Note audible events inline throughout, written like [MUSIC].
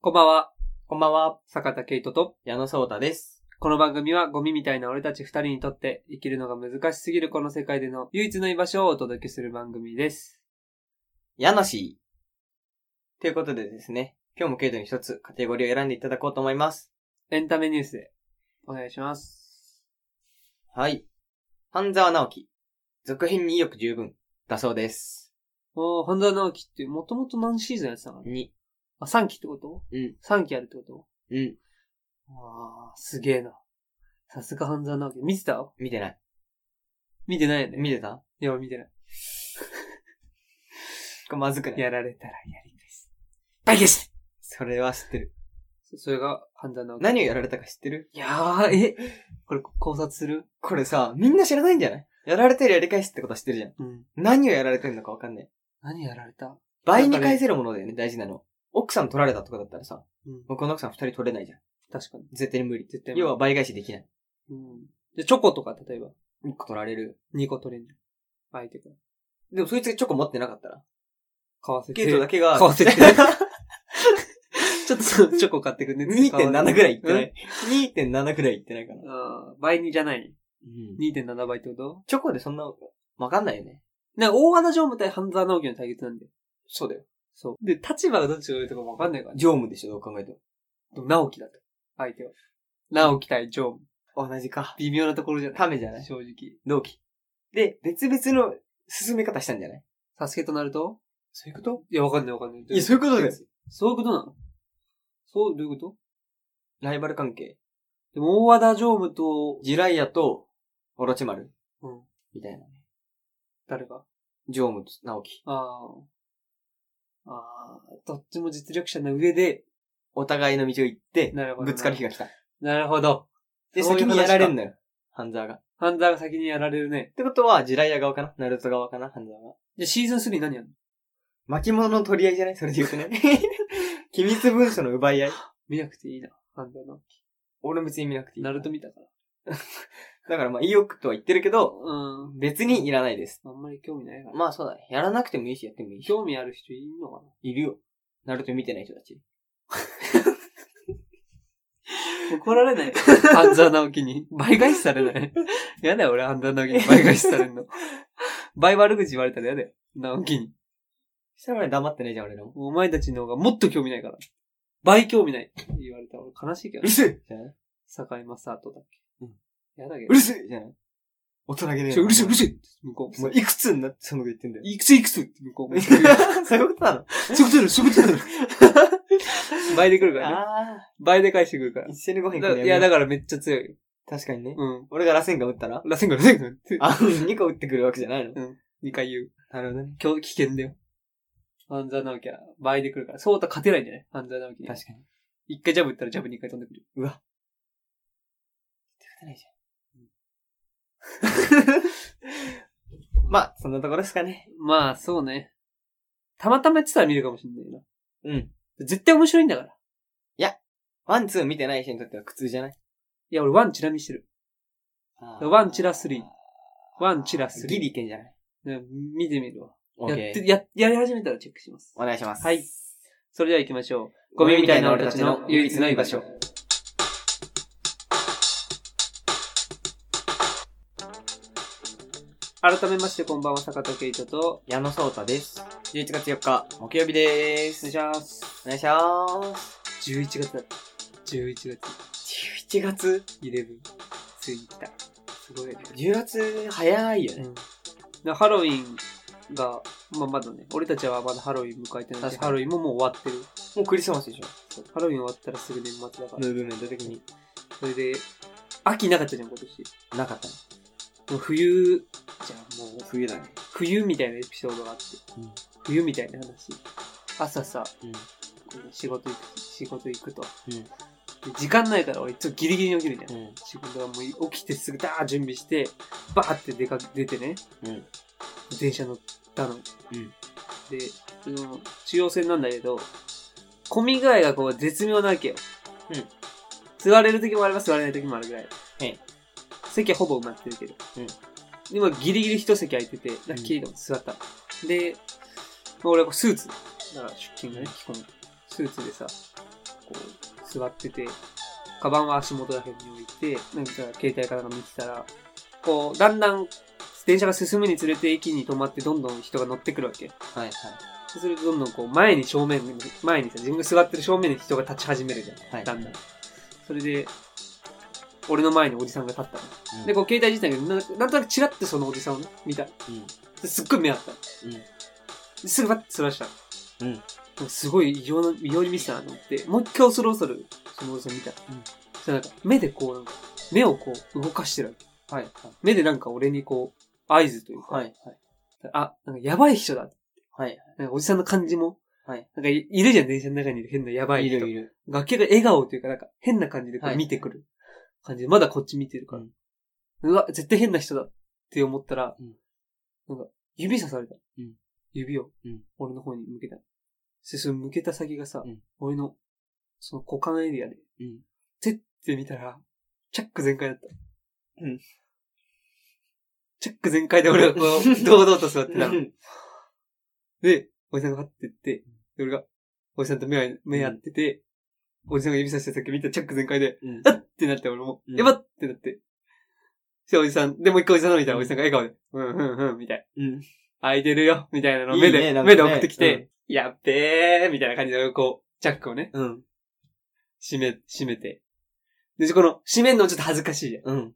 こんばんは、こんばんは、坂田圭人と、矢野聡太です。この番組はゴミみたいな俺たち二人にとって生きるのが難しすぎるこの世界での唯一の居場所をお届けする番組です。矢野氏。ということでですね、今日もケイトに一つカテゴリーを選んでいただこうと思います。エンタメニュースでお願いします。はい。半沢直樹。続編に意欲十分。だそうです。おー、半沢直樹ってもともと何シーズンやってたのに。あ、3期ってことうん。 ?3 期あるってことうん。あー、すげえな。さすが半沢直樹。見てた見てない。見てないよね。見てたいや、見てない。これまずくないやられたらやり返す。バイケしそれは知ってる。そそれが半沢直樹。何をやられたか知ってるいやー、え、これ考察するこれさ、みんな知らないんじゃないやられてるやり返すってことは知ってるじゃん。うん。何をやられてるのかわかんない。何やられた倍に返せるものだよね、大事なの。奥さん取られたとかだったらさ、うん。僕の奥さん二人取れないじゃん。確かに。絶対に無理。絶対無理要は倍返しできない。うん。で、チョコとか、例えば、一個取られる。 2個取れんの。相手から。でもそいつがチョコ持ってなかったら。買わせて。ケイトだけが。 [LAUGHS] 買わせてちょっとそのチョコ買ってくんね。 2.7ぐらいいってなうんい。2.7ぐらいいってないかな。あー倍にじゃない。うん2.7倍ってことチョコでそんな、わかんないよね。なんか、大和田常務対半沢直樹の対決なんで。そうだよ。そう。で、立場がどっちが上とかもわかんないからね。常務でしょ、どう考えても。でも直樹だと。相手は。直樹対常務。同じか。微妙なところじゃない。ためじゃない正直。同期。で、別々の進め方したんじゃないサスケとなるとそういうこといや、わかんないわかんない。いや、そういうことだよ。そういうことなのそう、どういうことライバル関係。でも、大和田常務と、ジライアと、オロチマル。うん。みたいな。誰が常務と直樹。ああ。ああ、どっちも実力者の上で、お互いの道を行ってなるほど、なぶつかる日が来た。なるほど。で、そうい先う話にかやられんのよ。ハンザーが。っハンザーが先にやられるね。てことは、ジライア側かなナルト側かなハンザーが。じゃ、シーズン3何やるの巻物の取り合いじゃないそれでよく [LAUGHS] ね。機密文書の奪い合い。見なくていいな。ハンザーの。俺も別に見なくていい。ナルト見たから。だからまあ、意欲とは言ってるけど、うん。別にいらないです。あんまり興味ないから。まあそうだね。やらなくてもいいし、やってもいいし。興味ある人いるのかいるよ。ナルト見てない人たち。な怒られない。 [LAUGHS] ハンザー直樹に。倍返しされない。 [LAUGHS] やだよ、俺、ハンザー直樹に倍返しされる [LAUGHS] の。倍悪口言われたらやだよ。直樹に。そしたら俺黙ってないじゃん、俺らも。お前たちの方がもっと興味ないから。倍興味ない。言われたら俺悲しいけどうる。せえじゃない坂井正人だっけ。うん。やだけどう。るせえじゃない大人げねえな。ちょうるせえ、うるせえ向こう。もういくつになってそのこと言ってんだよ。いくついくつ向こう [LAUGHS] も。 [LAUGHS] そういうことなのそういうことだろ、そういうことだろ。倍で来るからね。ああ。倍で返してくるから。一緒にご飯行だくのいや、だかからめっちゃ強いよ。ら。確かにね。うん。俺が螺旋が打ったら螺旋が螺旋がってあ、2個打ってくるわけじゃないの。二回言う。なるほどね。今日危険だよ。ハンザー直樹は倍で来るから。そうた勝てないんじゃないハンザー直樹に。確かに。一回ジャブ打ったらジャブ二回飛んでくる。うわ。勝てないじゃん。ま [LAUGHS] あ、そんなところですかね。まあ、そうね。たまたまやってたら見るかもしんないな。うん。絶対面白いんだから。ワン、ツー見てない人にとっては苦痛じゃないいや、俺ワンチラ見してる。ワンチラスリーワンチラスリーギリいけんじゃないね見てみるわ。オやーっケて、ー。や、やり始めたらチェックします。お願いします。はい。それでは行きましょう。ゴミみたいな俺たちの唯一の居場所。改めまして、こんばんは、坂田圭人と、矢野聡太です。11月4日、木曜日でお願いす。します。お願いします。 11月だった。11月。 11月11。ついに来た。すごいね。 ?10 月早いよね。うん、ハロウィンが、まあ、まだね、俺たちはまだハロウィン迎えてないし、確かにハロウィンももう終わってる。もうクリスマスでしょ。ハロウィン終わったらすぐ年末だから。ムーブメント的に。それで、秋なかったじゃん、今年。なかったね。もう冬じゃん、もう冬だね。冬みたいなエピソードがあって、うん冬みたいな話朝さうん。仕事行く仕事行くとうん。で時間ないから俺いつもギリギリに起きるじゃん、うん。仕事がもう起きてすぐダーッ準備してバーって出かけ出てねうん。電車乗ったの、うんでその中央線なんだけど混み具合がこう絶妙なわけよ、うん座れる時もあれば座れない時もあるぐらい、はい席はほぼ埋まってるけど、うん今ギリギリ一席空いててラッキーでも座ったの、でまあ俺はこうスーツだから出勤がね着込むスーツでさこう、座ってて、カバンは足元ら辺に置いて、なんか携帯かなんか見てたら、こう、だんだん電車が進むにつれて駅に止まってどんどん人が乗ってくるわけ。はいはい。そうするとどんどんこう前に正面に、前にさ、自分が座ってる正面に人が立ち始めるじゃん。はいだんだん。それで、俺の前におじさんが立ったの。うんで、こう携帯自体がななんとなくチラッとそのおじさんをね見た。ですっごい目あった。ですぐバッてそらした。うんうん。すごい異常な、異様に見せたなと思って、もう一回恐る恐る、そのおじさん見た。うんそしたらなんか、目でこう、なんか、目をこう、動かしてるわけ。はいはい。目でなんか俺にこう、合図というか、はいはい。あ、なんかやばい人だ。はいなんかおじさんの感じも、はい。なんかいいるじゃん、電車の中にいる変なやばはいい。人。いるいる。が結構笑顔というか、なんか変な感じでこはうい見てくる感じで、まだこっち見てるから。うんうわ、絶対変な人だって思ったら、うんなんか指さされた。うん指をうん俺の方に向けた。で、その向けた先がさ、うん俺のその股間エリアで、うんてって見たら、チャック全開だった。うんチャック全開で俺はこう、堂々と座ってたの。で、おじさんが立ってって、で俺が、おじさんと目合い目合ってて、おじさんが指さしてた時見たチャック全開で、うんあっってなって、俺も、うんやばっってなって。そしておじさん、で、もう一回おじさんのみたいな、おじさんが笑顔で、うんうんうん、みたいな。うん。空いてるよ、みたいなのをいい目ねで、なんか目ねで送ってきて、やっべー、みたいな感じで、こう、チャックをね、うん。閉め、閉めて。で、この、閉めるのちょっと恥ずかしいじゃん。うん。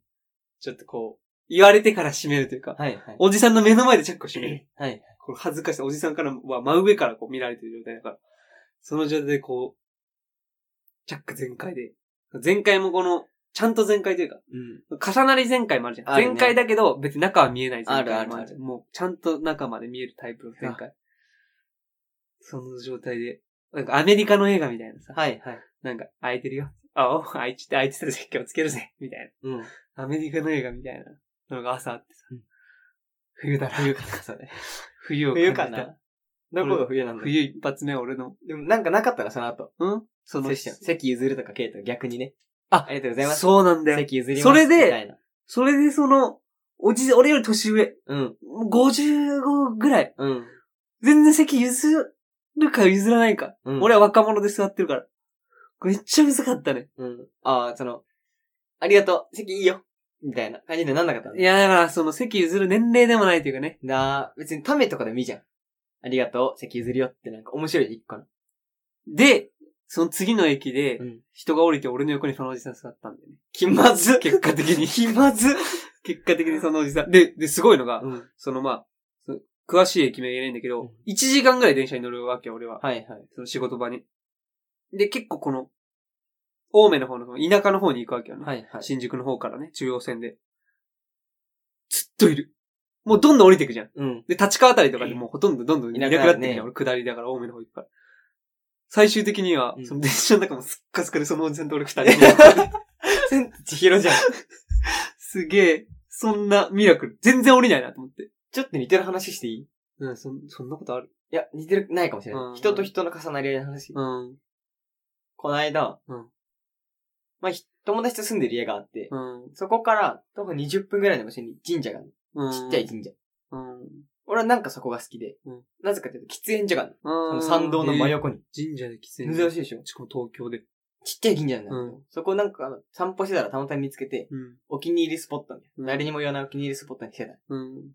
ちょっとこう、言われてから閉めるというか、はいはい。おじさんの目の前でチャックを閉める。はい。この恥ずかしさ、おじさんからは真上からこう見られてる状態だから、その状態でこう、チャック全開で、全開もこの、ちゃんと全開というか、うん。重なり全開もあるじゃん。あるね全開だけど、別に中は見えない全開もあるじゃんあるあるあもう、ちゃんと中まで見えるタイプの全開。その状態で、なんかアメリカの映画みたいなさ、はいはい。なんか、空いてるよ。あ、お、空いてて、空いてたぜ、今日つけるぜ、みたいうん。な。アメリカの映画みたいなのが朝あってさ、うん冬だな。冬かな、それ。 [LAUGHS] 冬を感じ冬たかな。どこが冬なんだ冬一発目俺の、でもなんかなかったらその後。うんそのセッション。席譲るとか、ケイト逆にね。あありがとうございます。そうなんだよ。席譲ります。それでみたいなそれでその、おじ、俺より年上、うん。 55ぐらい。うん。全然席譲るか譲らないか。うん。俺は若者で座ってるから。めっちゃむずかったね。うん。ああ、その、ありがとう、席いいよ、みたいな感じになんなかったんだいや、だからその席譲る年齢でもないというかね。な別にためとかでもいいじゃん。ありがとう、席譲るよってなんか面白い一個の。で、その次の駅でう、ん。人が降りて俺の横にそのおじさん座ったんだよね。気まず結果的に。気まず結果的にそのおじさん。で、で、すごいのが、うん。そのまあ、その詳しい駅名言えないんだけうどん、 1時間ぐらい電車に乗るわけ、俺は。はいはい。その仕事場に。で、結構この、青梅の方の、田舎の方に行くわけよね。はいはい。新宿の方からね、中央線で。ずっといる。もうどんどん降りていくじゃん。 [LAUGHS] うん。で、立川あたりとかでもうほとんどどんどんいいななくくななるねってくるじゃん。俺下りだから、青梅の方行くから。最終的にはう、んその電車の中もすっかすかでそのおじさんと俺二人。千と千尋じゃん。すげえ、そんなミラクル。全然降りないなと思って。ちょっと似てる話していいいうん、そん、そんなことあるや、似てる、ないかもしれうんない。人と人の重なり合いの話。うん。この間、うんまあ、ひ友達と住んでる家があって、うん。そこから徒歩20分ぐらいの場所に神社があるうん。の。ちっちゃい神社。うん。俺はなんかそこが好きで、うんなぜかというと喫煙所があるの。そうんの参道の真横に。神社で喫煙珍しいでしょしかも東京で。ちっちゃい神社なんだけど、うんそこなんかあの散歩してたらたまたま見つけて、うん。お気に入りスポットに、うん誰にも言わないお気に入りスポットに来てた。うん。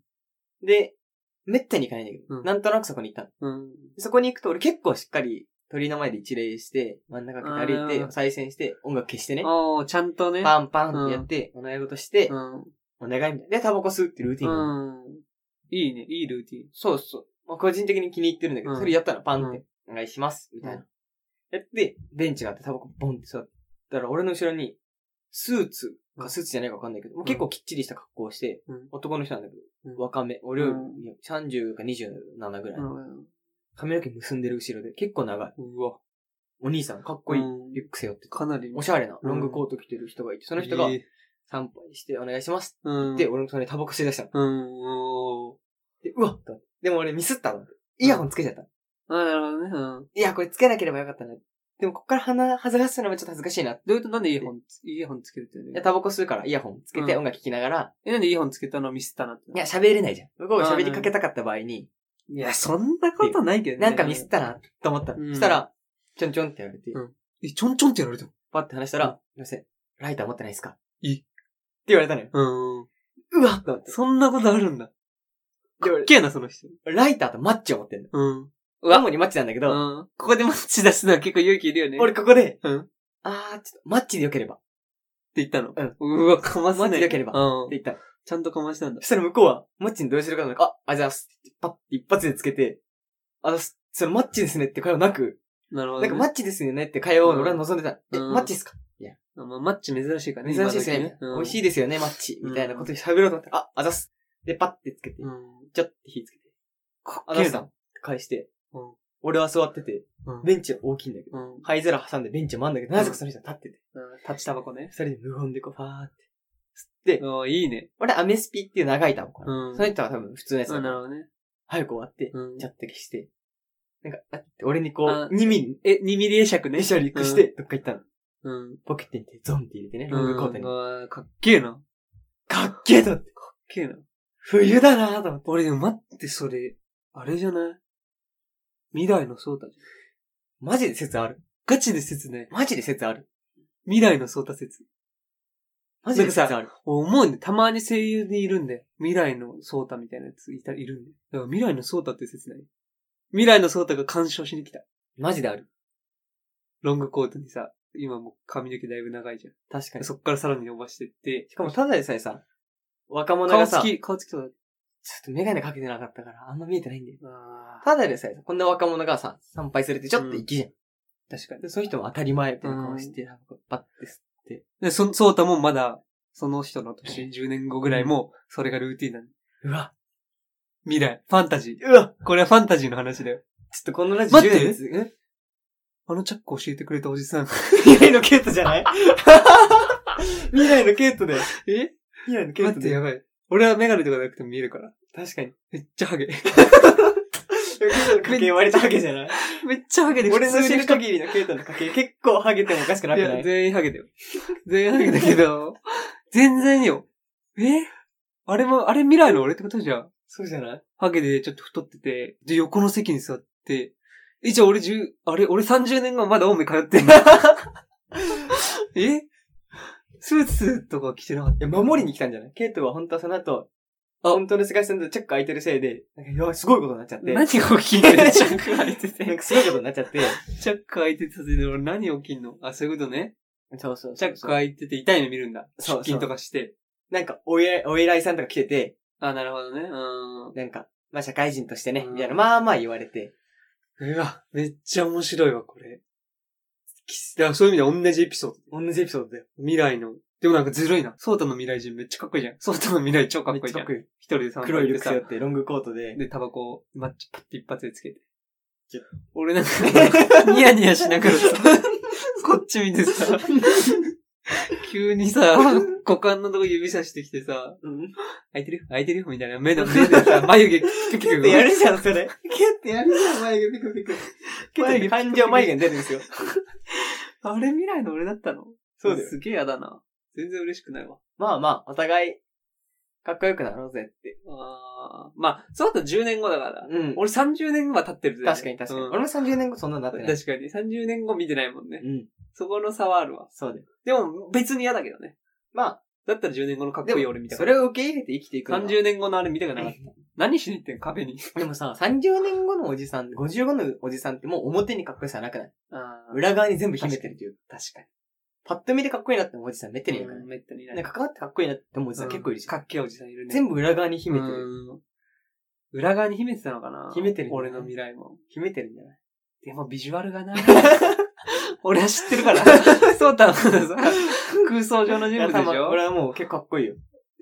で、めったに行かないんだけど、うんなんとなくそこに行ったの。うん。そこに行くと俺結構しっかり鳥の前で一礼して、真ん中かけて歩いて、あーお再生して、音楽消してね、ああ、ちゃんとね。パンパンってやって、お願い事して、うん。お願いみたいな。で、タバコ吸うってルーティンなの、うん。いいね、いいルーティン。そうそう。まあ、個人的に気に入ってるんだけど、うんそれやったらパンっうて、お願いします、みたいな。うやって、ベンチがあってタバコボンって座ったら、俺の後ろに、スーツかスーツじゃないかわかんないけど、もう結構きっちりした格好をして、うん男の人なんだけうど、ん若め、俺よりうんいや30か27ぐらい、うん髪の毛結んでる後ろで、結構長い。うわ。お兄さん、かっこいい、うんリュック背負ってて、かなり。おしゃゃれなロングコート着てる人がいて、その人が参拝してお願いしますうん。って、俺の隣にタバコ吸い出したの。うん。おで、うわっと思ってでも俺ミスったの。イヤホンつけちゃったの。ーあ、なるほどね。うん。いや、これつけなければよかったな。でも、こっから鼻、恥ずかしいのもちょっと恥ずかしいな。いどういうことなんでイヤホン、イヤホンつけるってねや、タバコ吸うからイヤホンつけうてん音楽聴きながら、え、なんでイヤホンつけたのミスったなって。いや、、喋れないじゃん。向こうが喋りかけたかった場合に、いや、そんなことないけどね。なんかミスったな、と思ったの。うんそしたら、ちょんちょんってやられてうん、え、ちょんちょんってやられたのパッて話したら、すいません、ライター持ってないですかいって言われたのよ。うん。うわっと思って。そんなことあるん [LAUGHS] だ。でかっけえな、その人。俺ライターとマッチを持ってんの。うん。主にマッチなんだけど、うん。ここでマッチ出すのは結構勇気いるよね。俺ここで、うん。ってあー、ちょっと、マッチで良ければ。っ言ったの。ううわ、かますね。マッチなければうんて。言ったの。ちゃんとかましたんだそ。したら向こうは、マッチにどうするかと思って、あ、あ、じゃあ、パッて一発でつけて、あ、そそのマッチですねって会話なく、なるほど、なね。んかマッチですよねって会話を俺は望んでたの。うんえ、マッチですかまあ、マッチ珍しいからね。珍しいですね。美今時味しいですよね、マッチ。うんみたいなこと喋ろうと思ったら、あ、あざっす。で、パッてつけてう、ん。ちょって火つけて、かあっざけっえすっなて。返してうん、俺は座ってて、うん。ベンチは大きいんだけど、うん。灰皿挟んでベンチもあんだけど、なぜかその人は立ってて、立ちタバコね二。人で無言でこう、ファーって。吸って、うん、いいね。俺アメスピっていう長いタバコなの。うんその人は多分普通のやつうだん、なかるらほどね。早く終わって、うんちゃ。って消して、なんか、あって俺にこうあ、 2ミリ、え、2ミリ会釈ね。エシャリックして、どっか行ったの。うん。うん。ポケットに手ゾンって入れてね、ロングコートに。うかわかっけえな。かっっけえと思って。けえな。冬だなぁと思って。俺、でも待って、それ、あれじゃない未来のソータじゃん。マジで説あるガチで説ね。マジで説ある未来のソータ説。マジで説ある俺思うんで、たまに声優でいるんで、未来のソータみたいなやついた、いるんで。だから未来のソータって説ない未来のソータが干渉しに来た。マジである。ロングコートにさ、今もう髪の毛だいぶ長いじゃん。確かに。しそっからさらに伸ばしてって、かもただでさえさ、若者顔がさ、つちょっき、顔つきとかとメガネかけてなかったから、あんま見えてないんだよ。あただでさえさ、こんな若者がさ、参拝するってちょっと粋じゃん。ー確かに。でその人も当たり前みたいな顔して、なんかパッてす。で、そ、そうたもまだ、その人の年、10年後ぐらいも、それがルーティンなの。うわ、未来、ファンタジー。うわこれはファンタジーの話だよ。ちょっとこのラジオ待って10年続くあのチャック教えてくれたおじさん。未来のケイトじゃ [LAUGHS] ない未来のケイトだよ。え未来のケイ待トっだて、よ。やばい。俺はメガネとかなくても見えるから。確かに。めっちゃハゲ。ケイトの家計割れたわけじゃ [LAUGHS] ないめっちゃハゲで俺の普知通にる限りのケイトの家計結構ハゲてもおかしくなくいなや、い全員ハゲだよ。全員ハゲだけど、全然よ。えあれも、あれ未来の俺ってことじゃん。そうじゃないハゲでちょっと太ってて、で、横の席に座って、え、じゃあ俺10、あれ、俺30年後まだ青梅通ってん [LAUGHS] のえスーツとか着てなかっいや、守りに来たんじゃないケイトは本当はその後、あ、本当の世界線でチェック空いてるせいで、なんか、いや、すごいことになっちゃったて。何が起きんのチャック開いてなんて。かすごいことになっちゃって。チャック開いてたせいで俺何起きんのあ、そういうことね。 [LAUGHS] そうそうそう。チャック開いてて痛い目見るんだ。そうそう出勤とかして。なんか、お偉い、お偉いさんとか来てて、あ、なるほどね。うん。なんか、まあ社会人としてね、うんみたいな、まあまあ言われて。うわ、めっちゃ面白いわ、これ。きだからそういう意味では同じエピソード。同じエピソードだよ。未来の。でもなんかずるいな。ソータの未来人めっちゃかっこいいじゃん。ソータの未来超かっこいいじゃん。めっちゃかっこ一人で散い歩い黒い行っルてックスさや。って、ロングコート [LAUGHS] で。で、タバコをマッチパッて一発でつけていや。俺なんか、ニヤニヤしながら [LAUGHS] さ、こっち見てさ、急に [LAUGHS] さ、股間のとこ指さしてきてさ、うん。開いてる開いてるみたいな目の [LAUGHS] 目でさ、眉毛ピクピケクッ動てくやるじゃん、それ。 [LAUGHS] ケッてやるじゃん、眉毛ピクピク。ケッて感情眉毛に出るんですよ。 [LAUGHS] あれ未来の俺だったのそうだよすげえ嫌だな。全然嬉しくないわ。まあまあ、お互い、かっこよくなろうぜって。あーまあ、そうだと10年後だから。うん。俺30年は経ってるぜ確かに確かに。うん俺も30年後そんなになってない。確かに。30年後見てないもんね。うん。そこの差はあるわ。そうだよ。でも別に嫌だけどね。まだったら10年後のかっあ、でこいい俺も見、たそから。れを受け入れて生きていくのが30年後のあれ見たくなか [LAUGHS] った。何しに行ってん壁に。でもさ、30年後のおじさん、55のおじさんってもう表にかっこよさはなくない [LAUGHS] あー裏側に全部秘めてるという。確かに。パッと見てかっこいいなって思うおじさんめったにいるからうん。めったにいない。なんか関わってかっこいいなって思うおじさん結構いるし。かっけえおじさんいるね。全部裏側に秘めてる。うん裏側に秘めてたのかな秘めてるんじゃな俺いの未来も。秘めてるんじゃないでもビジュアルがな。 [LAUGHS] 俺は知ってる [LAUGHS] から。そうたのさ、空想上の人物でいしやまょ俺はもう結構かっこいいよ。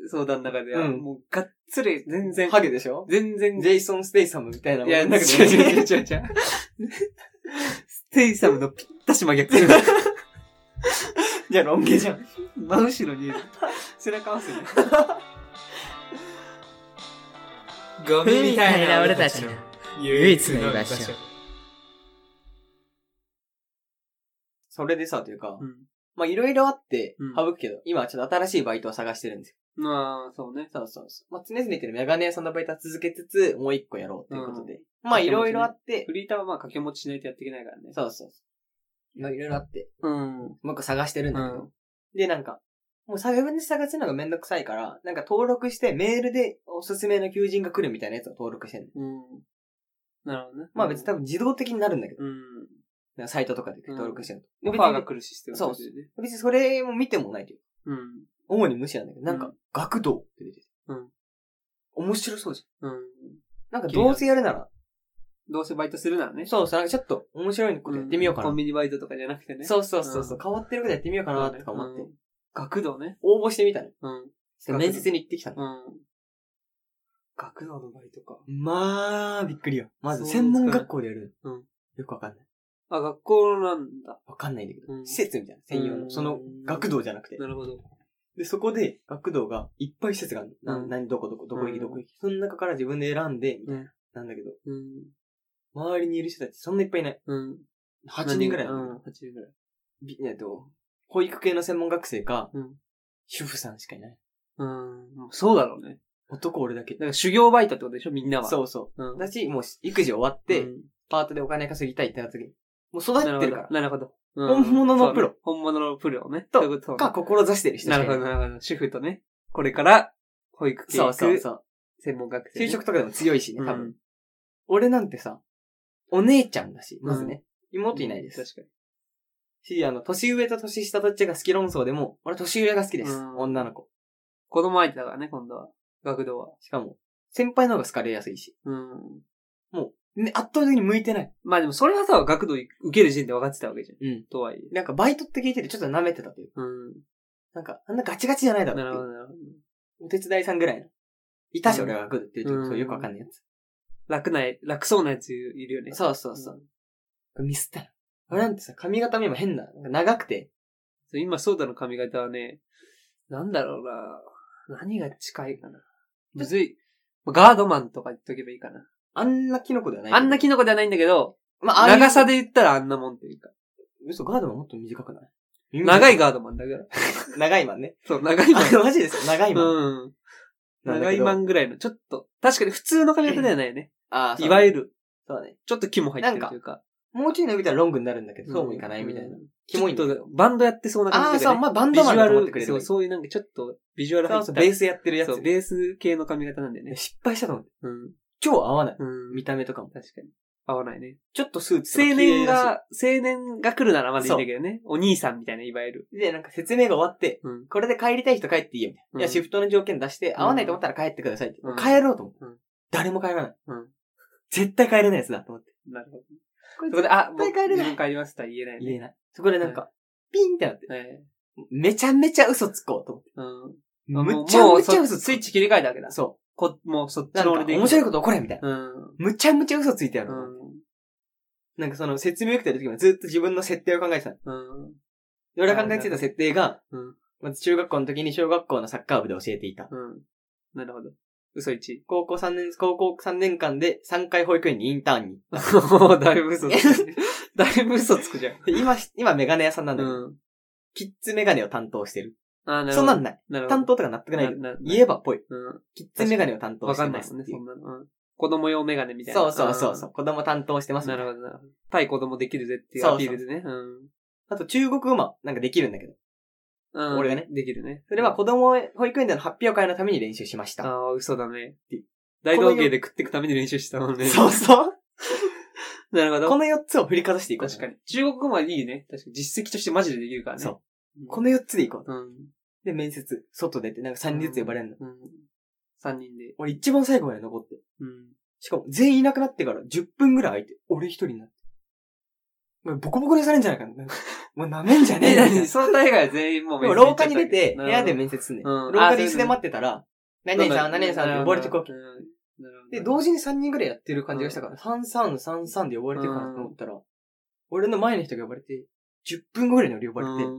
そうたの中では。うんもうがっつり、全然。ハゲでしょ全然ジェイソン・ステイサムみたいないもん。や、なんだか [LAUGHS] け違う違う違う違うど違う。ステイサムのぴったし真逆。 [LAUGHS] じゃあロン毛じゃん。真後ろに背中合わせる。ゴミみたいな俺たちの唯一の居場所。それでさ、というかう、ん。まあいろいろあってうん、省くけど、今はちょっと新しいバイトを探してるんですよ。まあ、そうね。そうそうそう。まあ常々言ってるメガネ屋さんのバイトは続けつつ、もう一個やろうということで。まあ掛け持ちねいろいろあってフ、リーターはまあ掛け持ちしないとやっていけないからね。そうそうそう。まあいろいろあって、うん。もう一個探してるんだけど。うで、なんか、もう自分で探すのがめんどくさいから、なんか登録してメールでおすすめの求人が来るみたいなやつを登録してるうん。なるほどね。まあ別に多分自動的になるんだけど、うん。なんかサイトとかで登録してるオと。ファーが来るシステムそうですね。別にそれも見てもないけど、うん。主に無視なんだけど、なんうか、学童って出てて。うん。面白そうじうん。ゃん。なんかどうせやるなら、どうせバイトするならね。そうそう、なんかちょっと面白いことやってみようかな。コンビニバイトとかじゃなくてね。うそうそうそうそう、ん変わってることやってみようかなとか思って、うん。学童ね。応募してみたの。うん。面接に行ってきたの。うん。学童のバイトか。まあ、びっくりよ。まず、そう専門学校でやる。うんよくわかんない。あ、学校なんだ。わかんないんだけど、うん施設みたいな、専用うの。んその、学童じゃなくて。なるほど。で、そこで、学童がいっぱい施設があるの。なうん何、どこどこ、どこ行うき、んどこ行き。その中から自分で選んで、みたいなうんなんだけど、うん。周りにいる人たちそんないっぱいいない。うん。 8人ぐらいなうんだんよ。、 8人ぐらい。びえっと、保育系の専門学生か、うん主婦さんしかいない。うん。もうそうだろうね。男俺だけ。だから修行バイトってことでしょ、みんなは。う。そうそう。うん。だし、もう育児終わって、パートでお金稼ぎたいってなった時に、もう育なるほってどるか。なるほど。本物のプロそうね本物のプロをね。とそういうことら。をか、志してる人しなかいるないほど、なるほど。主婦とね、これから保育系そ行うそうくそう。専門学生ね。就職とかでも強いしね、多分。うん俺なんてさ、お姉ちゃんだし、まずね。妹いないです。確かに。し、あの、年上と年下どっちが好き論争でも、俺年上が好きです。うん女の子。子供相手だからね、今度は。学童は。しかも、先輩の方が好かれやすいし。うん。ね、圧倒的に向いてない。まあでもそれはさ、学童受ける時点で分かってたわけじゃん。うん。とはいえ。なんかバイトって聞いててちょっと舐めてたという。うん。なんか、あんなガチガチじゃないだろうなるっていほうど、なるほど。お手伝いさんぐらいの。いたし、うん俺が学童って言ううんと、そうよくわかんないやつ。楽な、楽そうなやついるよね。そうそうそう。ミスったな。俺なんてさ、髪型も今変な。なんか長くて。そう今、ソーダの髪型はね、なんだろうな何が近いかな。むずい。ガードマンとか言っとけばいいかな。あんなキノコではない。あんなキノコではないんだけど、まあ、ああいう長さ。で言ったらあんなもんというか。嘘、ガードマンもっと短くない長いがガードマンだから。長いマンね。そう、長いマン。あ、マジですか長いマン。うん。なんだ長けいどマンぐらいの、ちょっと、確かに普通の髪型ではないよね。あいわる。ゆる、そうだね。ちょっと木も入ってるというか。もうちょい伸びたらロングになるんだけど、そうもいかないみたいなう。ん。キモちいんだょよっと、バンドやってそうなあ感あ、じそだう、けどまねあ、バンビジドマンだュアと思ってくル、れそう、る。そういうなんかちょっと、ビジュアル入そった。うそう、ベースやってるやつそう。ベース系の髪型なんだよね。失敗したと思って。うん。超合わない。うん。見た目とかも。確かに。合わないね。ちょっとスーツとか青綺麗年だし。が、青年が来るならまだいいんだけどね。お兄さんみたいな、いわゆる。で、なんか説明が終わって、うん。これで帰りたい人帰っていいよ、みたいな。いうや、んシフトの条件出して、合わないと思ったら帰ってくださいって。うん帰ろうと思って。うん誰も帰らない。うん絶対帰れないやつだと思って。なるほど。こそこで、あ、もう絶自対帰れない分帰りますとは言えないね。言えない。そこでなんか、ピンってなって、ええめちゃめちゃ嘘つこうと思って。うん。むちゃむちゃもう嘘そうつスイッいチ切り替えたわけだ。そこ、もうそっう。なちんか、の俺で面白いここと起これみたいと。な。うん。むちゃむちゃ嘘ついてやるうの。ん。なんかその説明受けてる時もずっと自分の設定を考えてたの。うん。で俺が考えてた設定が、うん。まず中学校の時に小学校のサッカー部で教えていた。うん。なるほど。嘘1。高校3年、高校3年間で3回保育園にインターンに。もうだいぶ嘘つ [LAUGHS] く。だいぶ嘘つくじゃん。で今、今メガネ屋さんなんだけど、うん。キッズメガネを担当してる。あーなるほど。そんなんない。なるほど。担当とか納得ないけど。なな言えばっぽい。うん。キッズメガネを担当わしてかんないますもんっね、ていそんう。なの。うん。子供用メガネみたいな。そうそうそうそう。子供担当してまんすなみたいるな。ほど、なるほど。対子供できるぜっていうアピールでね。うん。あと中国語もなんかできるんだけど。うん。俺がね。できるね。それは子供保育園での発表会のために練習しましあ [LAUGHS] た。あ、嘘だね。大道芸で食っていくために練習したもんね。そうそう。う。なるほこど。の4つを振りかざしていこう。確かに。中国語はいいね。確かに。実績としてマジでできるからね。そうん。この4つでいこう。うん。で、面接、外出て、なんか3人ずつ呼ばれるの。うん。三人で。俺一番最後まで残って。うん。しかも全員いなくなってから10分ぐらい空いて、俺一人になって。お前ボコボコにされんじ [LAUGHS] ゃないかな。なんかもう舐めんじゃねええ、よなみたいにな。その大会は全員もうでも廊下に出て、部なるほど屋で面接すんねん。うん廊下あで椅子で待ってたら、何々さん、何々さんって呼ばれてくわけ。で、同時時に3人ぐらいやってる感じがしたから、3333で呼ばれてるかなと思ったら、俺の前の人が呼ばれて、10分後ぐらいに俺呼ばれて、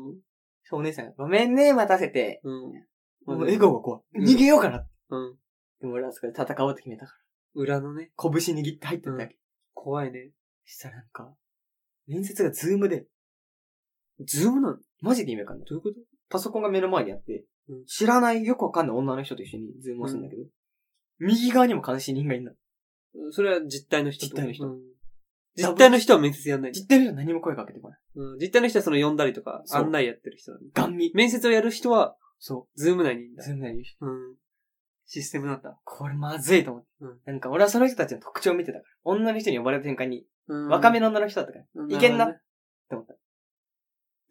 お姉さんが、ごめんね、待たせて。うん。もう笑顔が怖い。うん逃げようかなって。うん。でも俺はそこで戦おうって決めたか裏のね、ら。拳握って入ってっただけ。怖いね。したらなんか、面接がズームで、ズームなのどマジで意味わかんない。ういうことパソコンが目の前にあってうん、知らないよくわかんない女の人と一緒にズームをするんだけど、右側にも監視人がいるの。それは実体の人ってこと。実体の人うん実態の人は面接やんない。実態の人は何も声かけてこない。うん、実態の人はその呼んだりとか、そう案内やってる人なんで。ガン見。面接をやる人は、そズーム内にいんう。だ。全部何言う人うん。システムなんだ。これまずいと思って。うんなんか俺はその人たちの特徴を見てたから。女の人に呼ばれた瞬間に、うん若めの女の人だったから。いけんなるほどねって思った。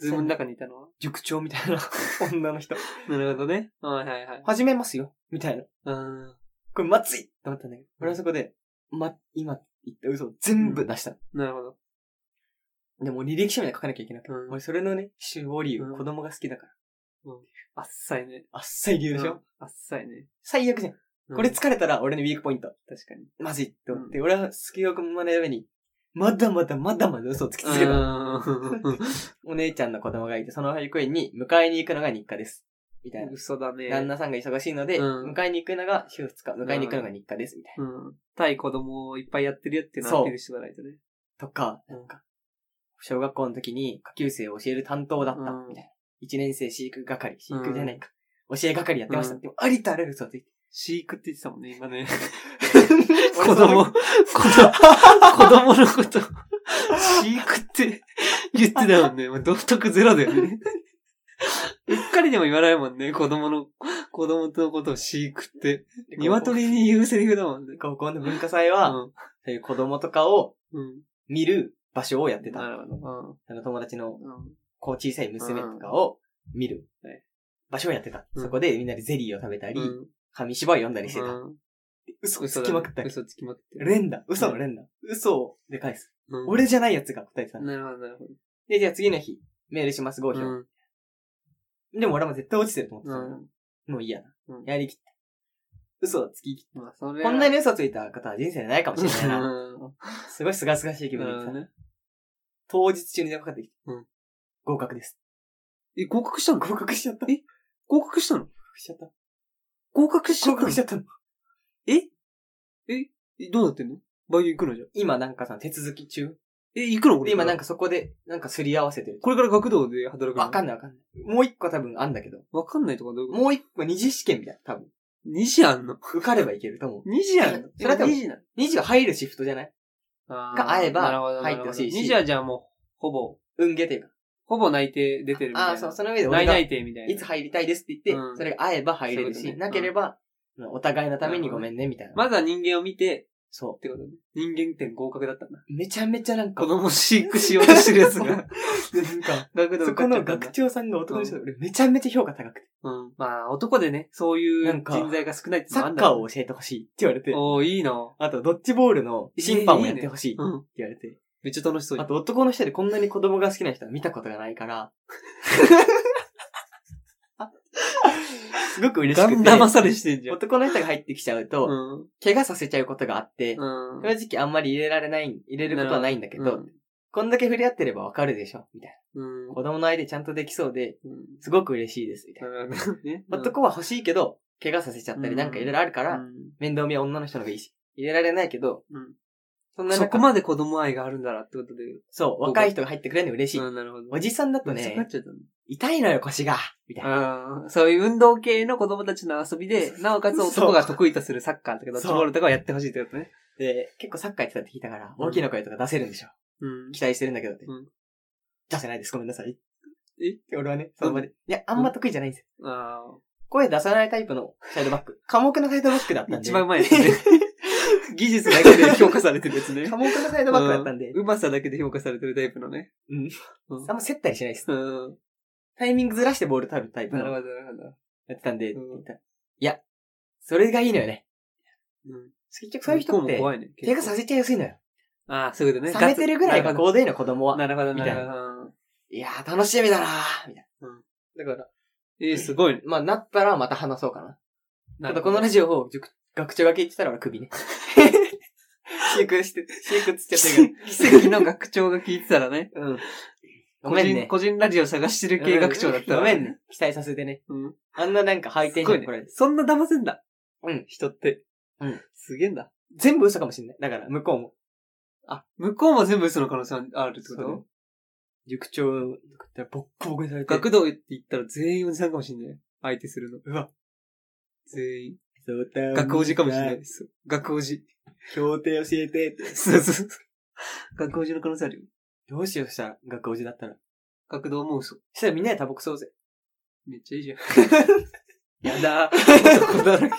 ズームの中にいたのは。塾長みたいな [LAUGHS] 女の人。なるほどね。はいはいはい。始めますよ。みたいな。うん。これまずいと思ったんだけど。俺はそこで、ま、今言った嘘を全部出したの。なるほど。でも履歴書みたいなの書かなきゃいけなくて。うん俺それのね、絞りうをん子供が好きだから。あっさいね。あっさい理由でしょ、うんあっさいね。最悪じゃん。うんこれ疲れたら俺のウィークポイント。確かに。まずいって思って、俺は隙を学ぶように、まだまだまだまだ嘘をつき続けた。うお姉ちゃんの子供がいて、その保育園に迎えに行くのが日課です。みたいな。ん。 [LAUGHS] 嘘だね。旦那さんが忙しいので、うん迎えに行くのが週2日、迎えに行くのが日課です。みたいな。うん。対子供をいっぱいやってるよっていうのをアピールしてもらえとね。とか、なんか、小学校の時に下級生を教える担当だった。うんみたいな。1年生飼育係、飼う育んじゃないか。教え係やってました。うんでも、ありとあらゆる嘘をついて。飼育って言ってたもんね、今 [LAUGHS] ね。 [LAUGHS] [LAUGHS] 俺子供、子供、 [LAUGHS] 子供の [LAUGHS] こと、飼育って言ってたもんね。もう道徳ゼロだよね。 [LAUGHS] うっかりでも言わないもんね、子供の、子供のことを飼育って。鶏に言うセリフだもんね。高校の文化祭は、そういう子供とかをうん。うん。見る場所をやってた。なるほど。あの友達のうん。うんこう小さい娘とかを見るはい場所をやってた。うんそこでみんなでゼリーを食べたり、うん紙芝居を読んだりしてた。うん嘘を嘘つだきねまくったり。嘘つきまくってる。連打。嘘の連打。嘘をで返す。うん俺じゃないやつが答えてたの。なるほど、なるほで、じゃあ次の日、メールします、合ど。否うを。んでも俺も絶対落ちてると思ってたうのん。もういいやなうん。やりきった。嘘をつききっまあ、それた。はこんなに嘘ついた方は人生でないかもしれないな。うすごいすがすがしい気ん。分なでる来ほたど。ね。当日中に電話かかってきて。うん合格です。え、合格したの合格しちゃった。え合格したの合格しちゃった。合格しちゃ合った格のしちゃったの。えどうなってんのバイト行くのじゃん。今なんかさ、手続き中。え、行くので俺。今なんか。かそこで、なんかすり合わせてる。これから学童で働くのわかんないわかんない。もう一個多分あんだけど。わかんないとかどういうこともう一個二次試験みたいな、多分。 ?2 時あんの受かればいけると思う。 ?2 時あんの [LAUGHS] それは多分今時なの二次が入るシフトじゃないあーが合えばなるほど入ってほしいしなるほど2時はじゃあもう、ほぼ、運ゲーというか。ほぼ内定出てるみたいな。ああ、そう、その上で内俺が、内い定みたいな。つ入りたいですって言っうんて、それが合えば入れるそういうこし、とねなければ、お互いのためにごめんね、みたいな。まずは人間を見て、そってことね。人間点合格だったんだ。う。めちゃめちゃなんか子、供飼育しようとしてるやつが、なんか、学童 [LAUGHS] そ受かっちゃこのったんだ学長さんが男の人で、俺めちゃめちゃ評価高くて。うん。まあ、男でね、そういなうんか人材が少ないってのもサあんッだカーろうを教えてほしいって言われて、おー、いいな。あとドッジボールの審判をやってほしいってうん。言われて、めっちゃ楽しそうあと男の人でこんなに子供が好きな人は見たことがな [LAUGHS] いから、すごく嬉しガくンてダ、マされしてんじゃん。男の人が入ってきちゃうと、うん。怪我させちゃうことがあって、うん。正直あんまり入れられない、入れることはないんだけうど、んこんだけ触れ合ってればわかるでしょ、みたいうんな。子供の相手ちゃんとできそうで、うんすごく嬉しいです、みたいな。ね [LAUGHS] 男は欲しいけど、怪我させちゃったうりんなんかいろいろあるから、面倒見は女の人の方がいいし、入れられないけど、うんそんうんなそこ中、まで子供愛があるんだなってことで。そう、若い人が入ってくれるの嬉しい。うん、なるほど。おじさんだとそうなっね、ちゃったんだ痛いのよ、腰が。みたいな。あーそういう運動系の子供たちの遊びで、なおかつ男が得意とするサッカーとかドッジボールとかをやってほしいってことね。で、結構サッカーやってたって聞いたから、うん大きな声とか出せるんでしょ。うん期待してるんだけどって。うん出せないです、ごめんなさい。え俺はね、その場で。いや、あんま得意じゃないんですよ。あ声出さないタイプのサイドバック。寡黙なサイドバックだったんーで。一番うまいで [LAUGHS] すね。技術だけで評価されてるやつね。寡黙なサイドバックだったんで。うまさだけで評価されてるタイプのね。うん。うんあんま接待しないです。うん。タイミングずらしてボール取るタイプなるほど、のなるほど。やってたんで、うんいや、それがいいのよね。うん結局そういう人向っこもて、怖いね。怪我させちゃいやすいのよ。ああ、そういうことね。冷めてるぐらいガがツちょうどいいの、子供は。なるほど、みなたいなるほど。いやー、楽しみだなー、みたいな。うんだから、えー、すごいね。まあ、なったらまた話そうかな。なただこのラジオを塾学長が聞いてたら俺 [LAUGHS] 首ね。飼育して、飼育つっちゃって [LAUGHS] る奇跡の学長が聞いてたらね。から。うん。 [LAUGHS] ご個めん人、ね。個人ラジオ探してる系学長だったら。ごめんね。期待させてね。うん。あんななんかハイテンションで来られて。そんな騙せんだ。うん。人って。うん。すげえんだ。全部嘘かもしんない。だから、向こうも。向こうも全部嘘の可能性あるってこそうだとよ塾長とかってボッコボコにされて。学童って言ったら全員おじさんかもしんない。相手するの。うわ。全員。そうだ [LAUGHS] 学おじかもしんない。です。学おじ。協定教えてって。そうそうそう。学校中の可能性あるよ。どうしようしたら、学校中だったら。学童妄想。したらみんなでタバコ吸 [LAUGHS] おうぜ。めっちゃいい [LAUGHS] じゃん。やだ男だらけ。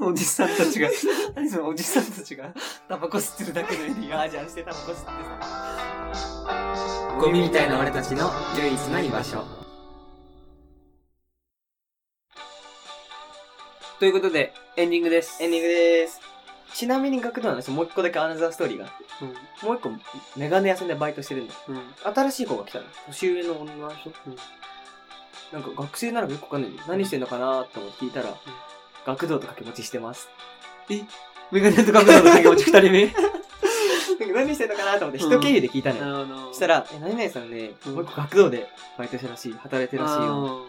おじさんたちが、何そのおじさんたちが、タバコ吸ってるだけでリアージャンしてタバコ吸ってさ。ゴミみたいな俺たちの唯一の居場所。ということで、エンディングです。エンディングでーす。ちなみに学童なんですもう一個だけアナザーストーリーがあって。もう一個、メガネ屋さんでバイトしてるんだ。うん。うん。新しい子が来たの。年上の女の人。なんか学生なのかよくわかんないんだよ何してんのかなーって思って聞いたら、学童と掛け持ちしてます。 [LAUGHS] メガネと学童の掛落ち二人目。なんか何してんのかなーと思って、人経由で聞いたのよ。るほどそししたたら、ら、え、何々さんね、うんもう一個学童でバイトしたらしい、働いてるらしいよ。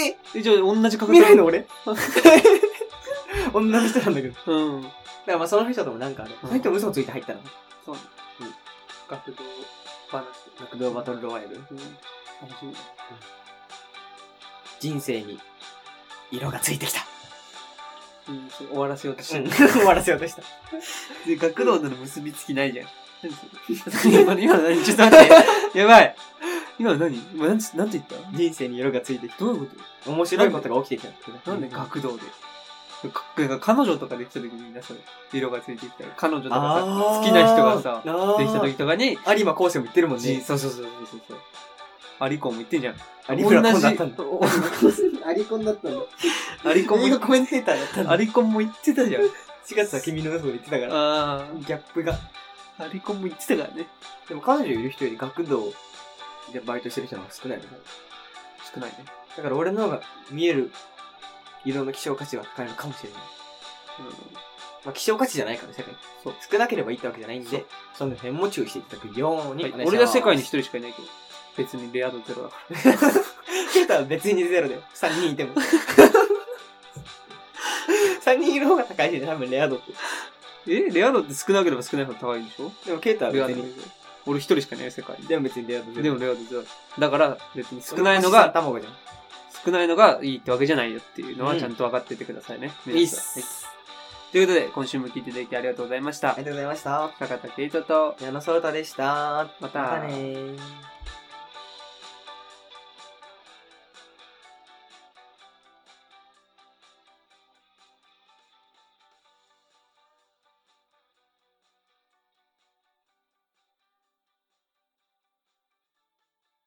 ええ、じゃあ同じ格未来の [LAUGHS] 俺女の人なんだけど。だかうん。らまあその人ともなんかあれ、うんその人も嘘ついて入ったの。そう。うん。学童話。学童バトルロワイヤル。うん。楽しみ。人生に色がついてきた。うん、そう終わらせようと [LAUGHS] してる。終わらせようとした。で、学童との結びつきないじゃん。 [LAUGHS] 何それ今の、今の何ちょっと待って。やばい。今の何今なんつ、なんて言った人生に色がついてきどういうこた。面白いことが起きてきた。となんで学童で。かなんか彼女とかできた時にみんなそれ、色がついてきたら、彼女とかさ、あー好きな人がさあーできた時とかに、有馬講師も言ってるもんじね。そうそうそうそうそうそう。アリコンも言ってんじゃん。アリコンだったんだ同じ [LAUGHS] アリコンだったんだ。 [LAUGHS] アリコン映画も、コメンテーターだったんだ。アリコンも言ってたじゃん。 4月は君の嘘を言ってたから。あギャップが。あ、アリコンも言ってたからね。でも彼女いる人より学童でバイトしてる人の方が少ないのね少ないね。だから俺の方が見える色の希少価値は高いのかもしれない。まあ希少価値じゃないから世界に。そう少なければいいってわけじゃないんそうで、その辺も注意していただくようにお願いします。俺が世界に一人しかいないけど、別にレア度ゼロだから。ケータは別にゼロだ [LAUGHS] よ。3人いても。3人いる方が高いしね、多分レア度って。えレア度って少なければ少ないほど高いんでしょでもケータはレア別度に。俺一人しかいない世界に。でも別にレア度ゼロ。でもレア度ゼロだから、別に少ないのが、卵じゃん。少ないのがいいってわけじゃないよっていうのうはんちゃんと分かっててくださいね。いいっ皆さんはいす。ということで、今週も聞いていただきありがとうございましあたり。がとうございました。坂田圭人と、矢野聡太でした。またまたねー。